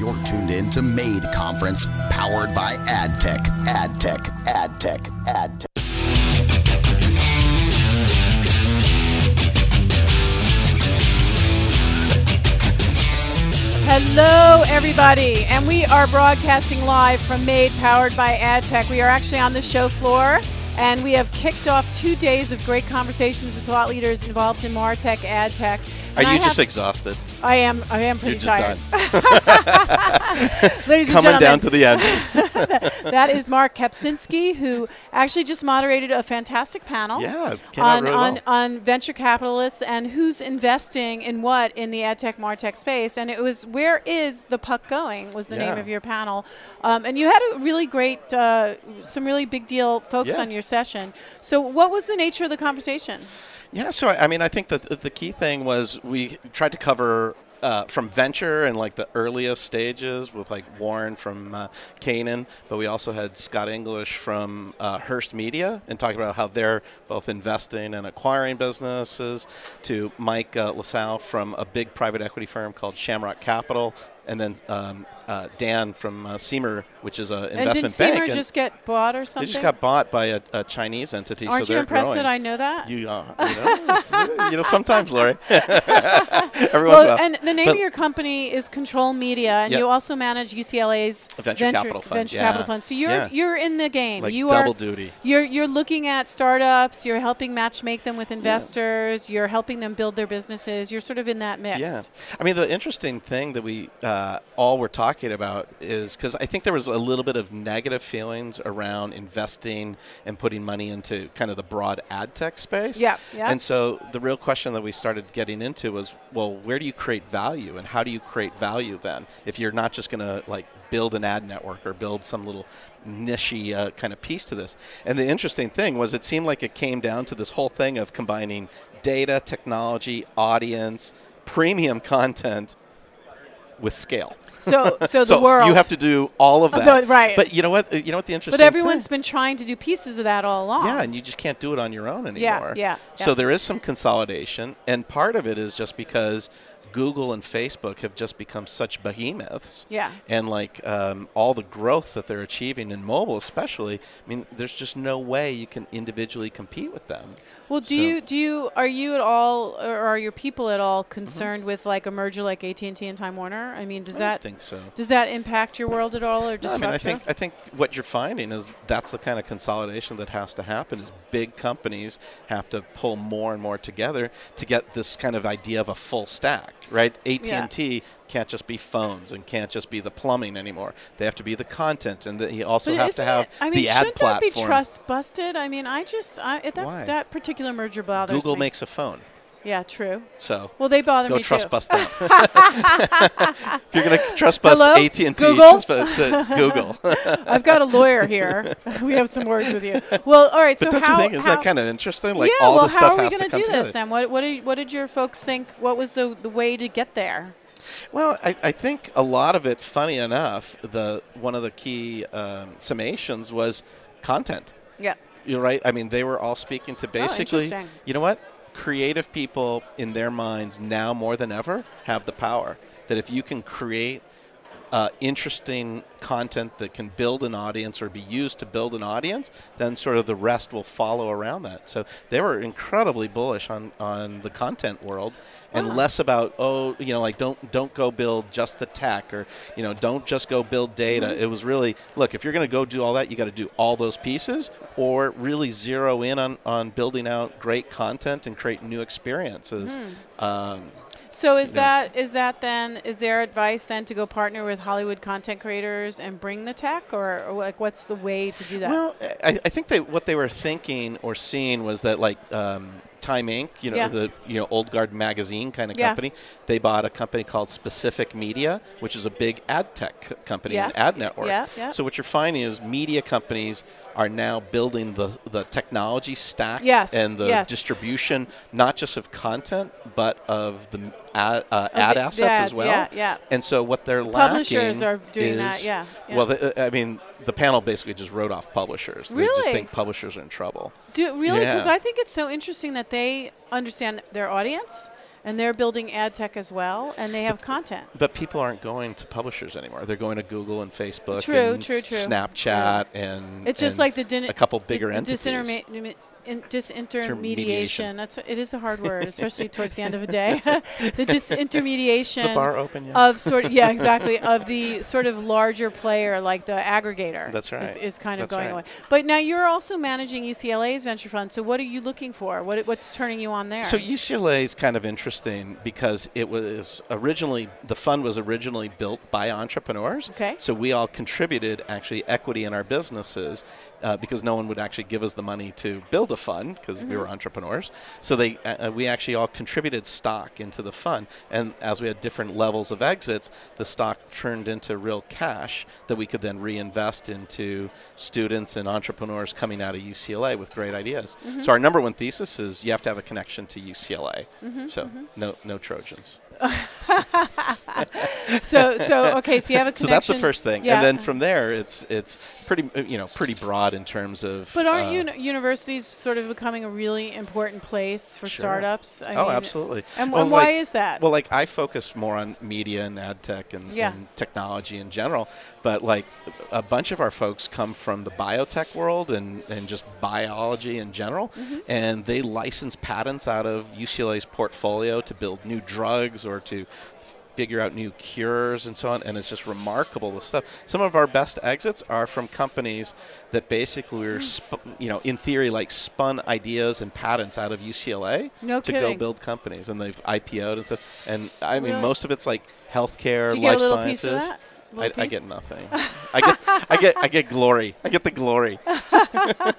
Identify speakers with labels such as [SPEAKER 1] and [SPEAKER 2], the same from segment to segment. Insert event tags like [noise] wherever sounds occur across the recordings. [SPEAKER 1] You're tuned in to Made Conference, powered by AdTech, AdTech, AdTech, AdTech.
[SPEAKER 2] Hello, everybody, and we are broadcasting live from Made, powered by AdTech. We are actually on the show floor, and we have kicked off two days of great conversations with thought leaders involved in MarTech, AdTech.
[SPEAKER 3] Are
[SPEAKER 2] And I
[SPEAKER 3] you just
[SPEAKER 2] have-
[SPEAKER 3] exhausted?
[SPEAKER 2] I am. I am pretty
[SPEAKER 3] You're just
[SPEAKER 2] tired, [laughs]
[SPEAKER 3] done.
[SPEAKER 2] ladies and gentlemen.
[SPEAKER 3] Coming down to
[SPEAKER 2] [laughs]
[SPEAKER 3] the end.
[SPEAKER 2] that is Mark Kapsinski, who actually just moderated a fantastic panel.
[SPEAKER 3] Yeah, it came out
[SPEAKER 2] on
[SPEAKER 3] really
[SPEAKER 2] on,
[SPEAKER 3] well.
[SPEAKER 2] on venture capitalists and who's investing in what in the adtech martech space. And it was where is the puck going was the name
[SPEAKER 3] Yeah.
[SPEAKER 2] of your panel, um, and you had a really great, uh, some really big deal folks
[SPEAKER 3] Yeah.
[SPEAKER 2] on your session. So what was the nature of the conversation?
[SPEAKER 3] yeah, so I I mean, I think that th- the key thing was we tried to cover uh, from venture and like the earliest stages with like Warren from uh, Canaan, but we also had Scott English from uh, Hearst Media and talking about how they're both investing and acquiring businesses, to Mike uh, LaSalle from a big private equity firm called Shamrock Capital. And then um, uh, Dan from uh, Seamer, which is an investment
[SPEAKER 2] and did
[SPEAKER 3] bank.
[SPEAKER 2] Seymour
[SPEAKER 3] and-
[SPEAKER 2] just get bought or something?
[SPEAKER 3] They just got bought by a, a Chinese entity.
[SPEAKER 2] Aren't
[SPEAKER 3] so
[SPEAKER 2] you
[SPEAKER 3] they're
[SPEAKER 2] impressed
[SPEAKER 3] growing.
[SPEAKER 2] that I know that?
[SPEAKER 3] You are. You know, it's- you know,
[SPEAKER 2] [laughs]
[SPEAKER 3] sometimes, Lori. Every once in a
[SPEAKER 2] Well,
[SPEAKER 3] while.
[SPEAKER 2] and the name
[SPEAKER 3] But-
[SPEAKER 2] of your company is Control Media, and
[SPEAKER 3] Yep.
[SPEAKER 2] you also manage UCLA's
[SPEAKER 3] Venture capital fund,
[SPEAKER 2] venture
[SPEAKER 3] yeah.
[SPEAKER 2] capital fund. So you're
[SPEAKER 3] Yeah.
[SPEAKER 2] you're in the game.
[SPEAKER 3] Like
[SPEAKER 2] you
[SPEAKER 3] double
[SPEAKER 2] are,
[SPEAKER 3] duty.
[SPEAKER 2] You're you're looking at startups. You're helping match make them with investors. You're helping them build their businesses. You're sort of in that mix.
[SPEAKER 3] Yeah, I mean the interesting thing that we uh, all were talking about is because I think there was a little bit of negative feelings around investing and putting money into kind of the broad ad tech space.
[SPEAKER 2] Yeah, yeah.
[SPEAKER 3] And so the real question that we started getting into was, well, where do you create value and how do you create value then if you're not just going to like build an ad network or build some little niche uh, kind of piece to this. And the interesting thing was it seemed like it came down to this whole thing of combining data, technology, audience, premium content with scale.
[SPEAKER 2] [laughs] So
[SPEAKER 3] [laughs]
[SPEAKER 2] so the
[SPEAKER 3] so
[SPEAKER 2] world.
[SPEAKER 3] you have to do all of
[SPEAKER 2] Oh,
[SPEAKER 3] that,
[SPEAKER 2] the- right.
[SPEAKER 3] But you know what? You know what the interesting.
[SPEAKER 2] But everyone's
[SPEAKER 3] thing?
[SPEAKER 2] been trying to do pieces of that all along.
[SPEAKER 3] Yeah, and you just can't do it on your own
[SPEAKER 2] Yeah,
[SPEAKER 3] anymore.
[SPEAKER 2] yeah,
[SPEAKER 3] So
[SPEAKER 2] yeah.
[SPEAKER 3] there is some consolidation, and part of it is just because Google and Facebook have just become such behemoths.
[SPEAKER 2] Yeah.
[SPEAKER 3] And like um, all the growth that they're achieving in mobile, especially, I mean, there's just no way you can individually compete with them.
[SPEAKER 2] Well, do
[SPEAKER 3] So-
[SPEAKER 2] you do you are you at all or are your people at all
[SPEAKER 3] Mm-hmm.
[SPEAKER 2] concerned with like a merger like AT and T and Time Warner? I mean, does
[SPEAKER 3] don't
[SPEAKER 2] that
[SPEAKER 3] think so.
[SPEAKER 2] does that impact your world at all or
[SPEAKER 3] No, I
[SPEAKER 2] disrupt
[SPEAKER 3] mean, I
[SPEAKER 2] you?
[SPEAKER 3] think I think what you're finding is that's the kind of consolidation that has to happen. Is big companies have to pull more and more together to get this kind of idea of a full stack, right? AT
[SPEAKER 2] Yeah.
[SPEAKER 3] and T can't just be phones and can't just be the plumbing anymore. They have to be the content, and they also
[SPEAKER 2] But
[SPEAKER 3] have to
[SPEAKER 2] isn't
[SPEAKER 3] have
[SPEAKER 2] it- I mean,
[SPEAKER 3] the ad
[SPEAKER 2] shouldn't that
[SPEAKER 3] platform.
[SPEAKER 2] be trust busted? I mean, I just I, it- that
[SPEAKER 3] Why?
[SPEAKER 2] that particular merger bothers
[SPEAKER 3] Google
[SPEAKER 2] me.
[SPEAKER 3] makes a phone,
[SPEAKER 2] yeah, true.
[SPEAKER 3] so
[SPEAKER 2] Well, they bother
[SPEAKER 3] go
[SPEAKER 2] me
[SPEAKER 3] trust
[SPEAKER 2] too. [laughs]
[SPEAKER 3] bust that. if you're gonna trust bust
[SPEAKER 2] Hello?
[SPEAKER 3] AT and T,
[SPEAKER 2] Google?
[SPEAKER 3] trust bust uh, Google.
[SPEAKER 2] I've got a lawyer
[SPEAKER 3] [laughs]
[SPEAKER 2] here. [laughs] we have some words with you. Well, all right. [laughs] so
[SPEAKER 3] Don't
[SPEAKER 2] how
[SPEAKER 3] you think? Isn't
[SPEAKER 2] how,
[SPEAKER 3] that kind of interesting? Like
[SPEAKER 2] yeah,
[SPEAKER 3] all
[SPEAKER 2] well,
[SPEAKER 3] this stuff
[SPEAKER 2] how are we
[SPEAKER 3] has
[SPEAKER 2] gonna
[SPEAKER 3] to come
[SPEAKER 2] do
[SPEAKER 3] together.
[SPEAKER 2] this? Then what what did, what did your folks think? What was the the way to get there?
[SPEAKER 3] Well, I, I think a lot of it, funny enough, the one of the key um, summations was content.
[SPEAKER 2] Yeah.
[SPEAKER 3] You're right. I mean, they were all speaking to basically,
[SPEAKER 2] interesting.
[SPEAKER 3] you know what? Creative people in their minds now more than ever have the power that if you can create uh, interesting content that can build an audience or be used to build an audience, then sort of the rest will follow around that. So they were incredibly bullish on, on the content world and less about oh you know like don't don't go build just the tech or you know don't just go build data. It was really look if you're going to go do all that, you got to do all those pieces or really zero in on on building out great content and create new experiences. Um,
[SPEAKER 2] So is
[SPEAKER 3] Yeah.
[SPEAKER 2] that is that then is there advice then to go partner with Hollywood content creators and bring the tech or, or like what's the way to do that?
[SPEAKER 3] Well, I, I think that what they were thinking or seeing was that like um, Time Inc., you know,
[SPEAKER 2] Yeah.
[SPEAKER 3] the you know old guard magazine kind of
[SPEAKER 2] Yes.
[SPEAKER 3] company, they bought a company called Specific Media, which is a big ad tech c- company,
[SPEAKER 2] Yes.
[SPEAKER 3] an ad network.
[SPEAKER 2] Yeah, yeah.
[SPEAKER 3] So what you're finding is media companies are now building the the technology stack
[SPEAKER 2] Yes,
[SPEAKER 3] and the
[SPEAKER 2] yes.
[SPEAKER 3] distribution, not just of content but of the m- ad, uh,
[SPEAKER 2] Of
[SPEAKER 3] ad
[SPEAKER 2] the- the
[SPEAKER 3] assets
[SPEAKER 2] ads,
[SPEAKER 3] as well.
[SPEAKER 2] yeah, yeah.
[SPEAKER 3] And so what they're
[SPEAKER 2] Publishers
[SPEAKER 3] lacking
[SPEAKER 2] are doing that,
[SPEAKER 3] is-
[SPEAKER 2] yeah, yeah.
[SPEAKER 3] Well, the, uh, I mean, the panel basically just wrote off publishers. They just
[SPEAKER 2] Really?
[SPEAKER 3] think publishers are in trouble.
[SPEAKER 2] Do really? Because
[SPEAKER 3] Yeah.
[SPEAKER 2] I think it's so interesting that they understand their audience and they're building ad tech as well, and they have content.
[SPEAKER 3] But people aren't going to publishers anymore. They're going to Google and Facebook,
[SPEAKER 2] True,
[SPEAKER 3] and
[SPEAKER 2] true, true.
[SPEAKER 3] Snapchat, and
[SPEAKER 2] It's just
[SPEAKER 3] and
[SPEAKER 2] like the din-
[SPEAKER 3] a couple bigger
[SPEAKER 2] the,
[SPEAKER 3] entities.
[SPEAKER 2] disinterme- in- disintermediation.
[SPEAKER 3] Intermediation.
[SPEAKER 2] That's it is a hard word, especially towards the end of a
[SPEAKER 3] [laughs]
[SPEAKER 2] day. [laughs] the disintermediation.
[SPEAKER 3] Is the bar open yet?
[SPEAKER 2] Of sort, yeah, exactly. Of the sort of larger player, like the aggregator.
[SPEAKER 3] That's
[SPEAKER 2] Is,
[SPEAKER 3] right.
[SPEAKER 2] is kind of
[SPEAKER 3] That's
[SPEAKER 2] going away.
[SPEAKER 3] right.
[SPEAKER 2] But now you're also managing UCLA's venture fund. So what are you looking for? What what's turning you on there?
[SPEAKER 3] So UCLA is kind of interesting because it was originally the fund was originally built by entrepreneurs.
[SPEAKER 2] Okay.
[SPEAKER 3] So we all contributed actually equity in our businesses uh, because no one would actually give us the money to build a fund because we were entrepreneurs. So they uh, uh, we actually all contributed stock into the fund, and as we had different levels of exits, the stock turned into real cash that we could then reinvest into students and entrepreneurs coming out of UCLA with great ideas. So our number one thesis is you have to have a connection to UCLA. so no no Trojans.
[SPEAKER 2] so so okay. So you have a
[SPEAKER 3] [laughs] So
[SPEAKER 2] connection.
[SPEAKER 3] that's the first thing,
[SPEAKER 2] Yeah.
[SPEAKER 3] and then from there it's it's pretty uh, you know pretty broad in terms of.
[SPEAKER 2] But aren't
[SPEAKER 3] uh,
[SPEAKER 2] uni- universities sort of becoming a really important place for
[SPEAKER 3] Sure.
[SPEAKER 2] startups? I
[SPEAKER 3] oh,
[SPEAKER 2] mean,
[SPEAKER 3] absolutely.
[SPEAKER 2] And,
[SPEAKER 3] Well,
[SPEAKER 2] and why
[SPEAKER 3] like-
[SPEAKER 2] is that?
[SPEAKER 3] Well, like I focus more on media and ad tech and,
[SPEAKER 2] Yeah.
[SPEAKER 3] and technology in general, but like a bunch of our folks come from the biotech world and, and just biology in general,
[SPEAKER 2] Mm-hmm.
[SPEAKER 3] and they license patents out of UCLA's portfolio to build new drugs or to figure out new cures and so on and it's just remarkable the stuff some of our best exits are from companies that basically
[SPEAKER 2] Mm.
[SPEAKER 3] were sp- you know in theory like spun ideas and patents out of UCLA
[SPEAKER 2] No
[SPEAKER 3] to
[SPEAKER 2] kidding.
[SPEAKER 3] go build companies and they've IPO'd and stuff. And I mean,
[SPEAKER 2] Really?
[SPEAKER 3] most of it's like healthcare,
[SPEAKER 2] Do you
[SPEAKER 3] life
[SPEAKER 2] get a little piece
[SPEAKER 3] sciences.
[SPEAKER 2] of that?
[SPEAKER 3] I,
[SPEAKER 2] Little
[SPEAKER 3] I
[SPEAKER 2] piece?
[SPEAKER 3] get
[SPEAKER 2] [laughs]
[SPEAKER 3] nothing. I get, I get, I get glory. I get the glory.
[SPEAKER 2] Well,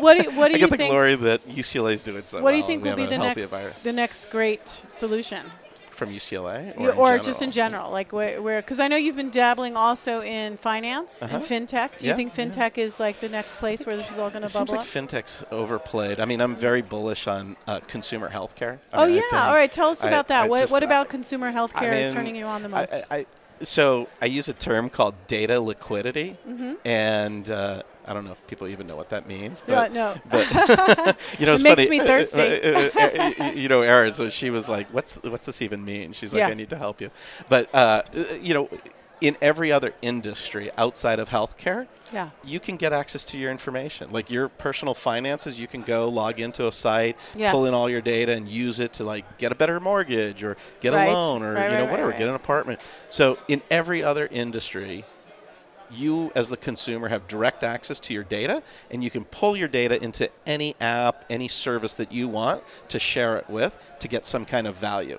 [SPEAKER 2] what do, what do
[SPEAKER 3] [laughs] I
[SPEAKER 2] you
[SPEAKER 3] get the
[SPEAKER 2] think?
[SPEAKER 3] glory that UCLA's doing so
[SPEAKER 2] What do you
[SPEAKER 3] well,
[SPEAKER 2] think
[SPEAKER 3] and
[SPEAKER 2] will
[SPEAKER 3] we
[SPEAKER 2] be
[SPEAKER 3] have a
[SPEAKER 2] the
[SPEAKER 3] healthy
[SPEAKER 2] next
[SPEAKER 3] environment.
[SPEAKER 2] the next great solution,
[SPEAKER 3] from UCLA,
[SPEAKER 2] Y-
[SPEAKER 3] or, in
[SPEAKER 2] just in general? Like where, where? Because I know you've been dabbling also in finance and fintech. Do you
[SPEAKER 3] Uh-huh. Yeah,
[SPEAKER 2] think
[SPEAKER 3] yeah.
[SPEAKER 2] fintech is like the next place where this is all going
[SPEAKER 3] It
[SPEAKER 2] to
[SPEAKER 3] seems
[SPEAKER 2] bubble
[SPEAKER 3] like
[SPEAKER 2] up?
[SPEAKER 3] fintech's overplayed. I mean, I'm very bullish on uh, consumer healthcare. I
[SPEAKER 2] oh
[SPEAKER 3] mean, I
[SPEAKER 2] yeah.
[SPEAKER 3] think-
[SPEAKER 2] all right. Tell us
[SPEAKER 3] I-
[SPEAKER 2] about that.
[SPEAKER 3] I
[SPEAKER 2] what
[SPEAKER 3] just-
[SPEAKER 2] what
[SPEAKER 3] I-
[SPEAKER 2] about consumer healthcare
[SPEAKER 3] I
[SPEAKER 2] is
[SPEAKER 3] mean,
[SPEAKER 2] turning you on the
[SPEAKER 3] I-
[SPEAKER 2] most?
[SPEAKER 3] I, I- so I use a term called data liquidity,
[SPEAKER 2] Mm-hmm.
[SPEAKER 3] and uh, I don't know if people even know what that means. But,
[SPEAKER 2] Yeah, no.
[SPEAKER 3] but
[SPEAKER 2] [laughs]
[SPEAKER 3] [laughs] you know,
[SPEAKER 2] It
[SPEAKER 3] it's
[SPEAKER 2] makes
[SPEAKER 3] funny,
[SPEAKER 2] me thirsty.
[SPEAKER 3] uh, uh, uh, you know, Erin. So she was like, "What's what's this even mean?" She's like,
[SPEAKER 2] Yeah.
[SPEAKER 3] "I need to help you," but uh, uh, you know. In every other industry outside of healthcare,
[SPEAKER 2] Yeah.
[SPEAKER 3] you can get access to your information. Like your personal finances, you can go log into a site,
[SPEAKER 2] Yes.
[SPEAKER 3] pull in all your data, and use it to like get a better mortgage or get
[SPEAKER 2] Right.
[SPEAKER 3] a loan or
[SPEAKER 2] Right,
[SPEAKER 3] you know
[SPEAKER 2] right,
[SPEAKER 3] whatever,
[SPEAKER 2] right,
[SPEAKER 3] get
[SPEAKER 2] right.
[SPEAKER 3] an apartment. So in every other industry, you as the consumer have direct access to your data, and you can pull your data into any app, any service that you want to share it with to get some kind of value.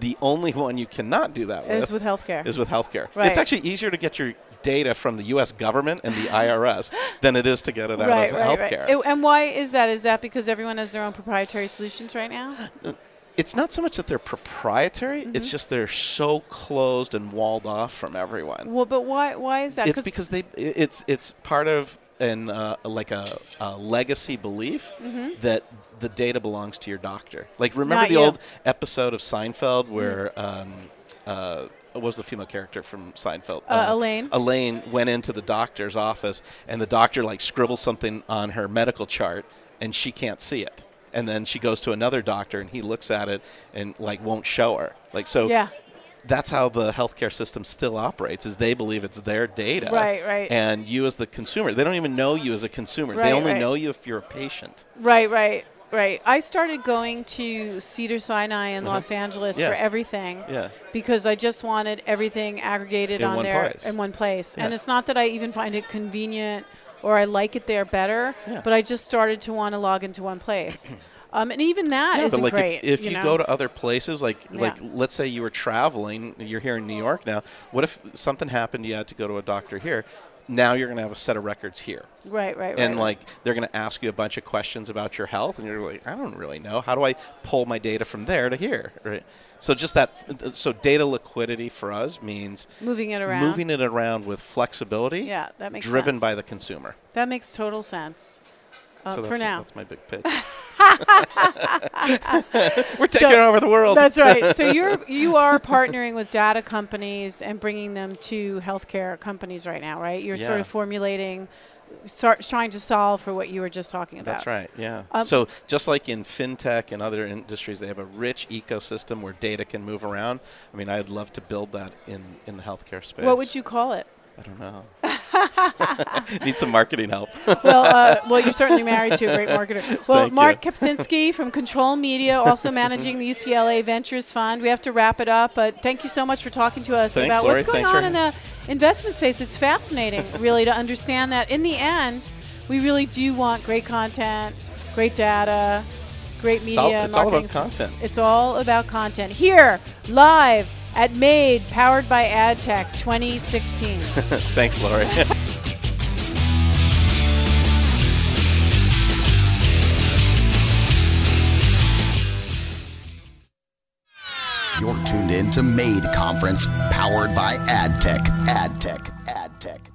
[SPEAKER 3] The only one you cannot do that
[SPEAKER 2] Mm-hmm, Is with healthcare.
[SPEAKER 3] is with healthcare.
[SPEAKER 2] Right.
[SPEAKER 3] It's actually easier to get your data from the U.S. government and the IRS than it is to get it out
[SPEAKER 2] right.
[SPEAKER 3] of
[SPEAKER 2] Right.
[SPEAKER 3] healthcare.
[SPEAKER 2] Right. It- and why is that? Is that because everyone has their own proprietary solutions right now?
[SPEAKER 3] it's not so much that they're proprietary;
[SPEAKER 2] Mm-hmm.
[SPEAKER 3] it's just they're so closed and walled off from everyone.
[SPEAKER 2] Well, but why why is that?
[SPEAKER 3] it's because they i- it's it's part of an uh, like a, a legacy belief that the data belongs to your doctor. Like remember
[SPEAKER 2] Mm-hmm. Not
[SPEAKER 3] the
[SPEAKER 2] you. Mm-hmm.
[SPEAKER 3] old episode of Seinfeld where um, uh, what was the female character from Seinfeld?
[SPEAKER 2] Uh,
[SPEAKER 3] Um,
[SPEAKER 2] Elaine.
[SPEAKER 3] Elaine went into the doctor's office and the doctor like scribbles something on her medical chart and she can't see it. And then she goes to another doctor and he looks at it and like won't show her. Like so
[SPEAKER 2] Yeah.
[SPEAKER 3] that's how the healthcare system still operates is they believe it's their data
[SPEAKER 2] Right, right.
[SPEAKER 3] and you as the consumer they don't even know you as a consumer
[SPEAKER 2] Right,
[SPEAKER 3] they only
[SPEAKER 2] right.
[SPEAKER 3] know you if you're a patient
[SPEAKER 2] Right, right, right. I started going to Cedar Sinai in Los Angeles
[SPEAKER 3] Uh-huh. Yeah.
[SPEAKER 2] for everything.
[SPEAKER 3] Yeah.
[SPEAKER 2] Because I just wanted everything aggregated
[SPEAKER 3] In
[SPEAKER 2] on
[SPEAKER 3] one
[SPEAKER 2] there
[SPEAKER 3] place.
[SPEAKER 2] in one place. And
[SPEAKER 3] Yeah.
[SPEAKER 2] it's not that I even find it convenient or I like it there better,
[SPEAKER 3] Yeah.
[SPEAKER 2] but I just started to want to log into one
[SPEAKER 3] [clears throat]
[SPEAKER 2] place. um, and even that
[SPEAKER 3] but
[SPEAKER 2] not
[SPEAKER 3] like
[SPEAKER 2] great.
[SPEAKER 3] if, if you,
[SPEAKER 2] know?
[SPEAKER 3] go to other places like like
[SPEAKER 2] Yeah.
[SPEAKER 3] let's say you were traveling you're here in new york now what if something happened you had to go to a doctor here now you're going to have a set of records here
[SPEAKER 2] right, right, right,
[SPEAKER 3] and
[SPEAKER 2] right.
[SPEAKER 3] like they're going to ask you a bunch of questions about your health and you're like i don't really know how do i pull my data from there to here right so just that so data liquidity for us means
[SPEAKER 2] moving it around.
[SPEAKER 3] moving it around with flexibility
[SPEAKER 2] Yeah, that makes
[SPEAKER 3] driven
[SPEAKER 2] sense.
[SPEAKER 3] by the consumer
[SPEAKER 2] that makes total sense. Uh, for
[SPEAKER 3] so that's,
[SPEAKER 2] now.
[SPEAKER 3] that's my big
[SPEAKER 2] [laughs]
[SPEAKER 3] pitch we're taking
[SPEAKER 2] So-
[SPEAKER 3] over the world
[SPEAKER 2] That's right.
[SPEAKER 3] [laughs]
[SPEAKER 2] So you're you are partnering with data companies and bringing them to healthcare companies right now, right? You're sort
[SPEAKER 3] Yeah.
[SPEAKER 2] of formulating start trying to solve for what you were just talking about.
[SPEAKER 3] That's right. Yeah.
[SPEAKER 2] Um,
[SPEAKER 3] so just like in fintech and other industries, they have a rich ecosystem where data can move around. I mean, I'd love to build that in in the healthcare space.
[SPEAKER 2] What would you call it?
[SPEAKER 3] I don't know. [laughs] Need some marketing help.
[SPEAKER 2] well, uh, well, you're certainly married to a great
[SPEAKER 3] [laughs]
[SPEAKER 2] marketer. Well,
[SPEAKER 3] Thank
[SPEAKER 2] Mark
[SPEAKER 3] you.
[SPEAKER 2] Kapczynski from Control Media,
[SPEAKER 3] [laughs]
[SPEAKER 2] also managing the UCLA Ventures Fund. We have to wrap it up, but thank you so much for talking to us
[SPEAKER 3] Thanks,
[SPEAKER 2] about
[SPEAKER 3] Lori.
[SPEAKER 2] what's going
[SPEAKER 3] Thanks for
[SPEAKER 2] on in the investment space. It's fascinating, really, to understand that. In the end, we really do want great content, great data, great media.
[SPEAKER 3] all- it's all about
[SPEAKER 2] marketing.
[SPEAKER 3] content.
[SPEAKER 2] It's all about content here, live at Made, powered by AdTech 2016.
[SPEAKER 3] Thanks, Lori.
[SPEAKER 1] You're tuned in to Made Conference, powered by AdTech. AdTech. AdTech.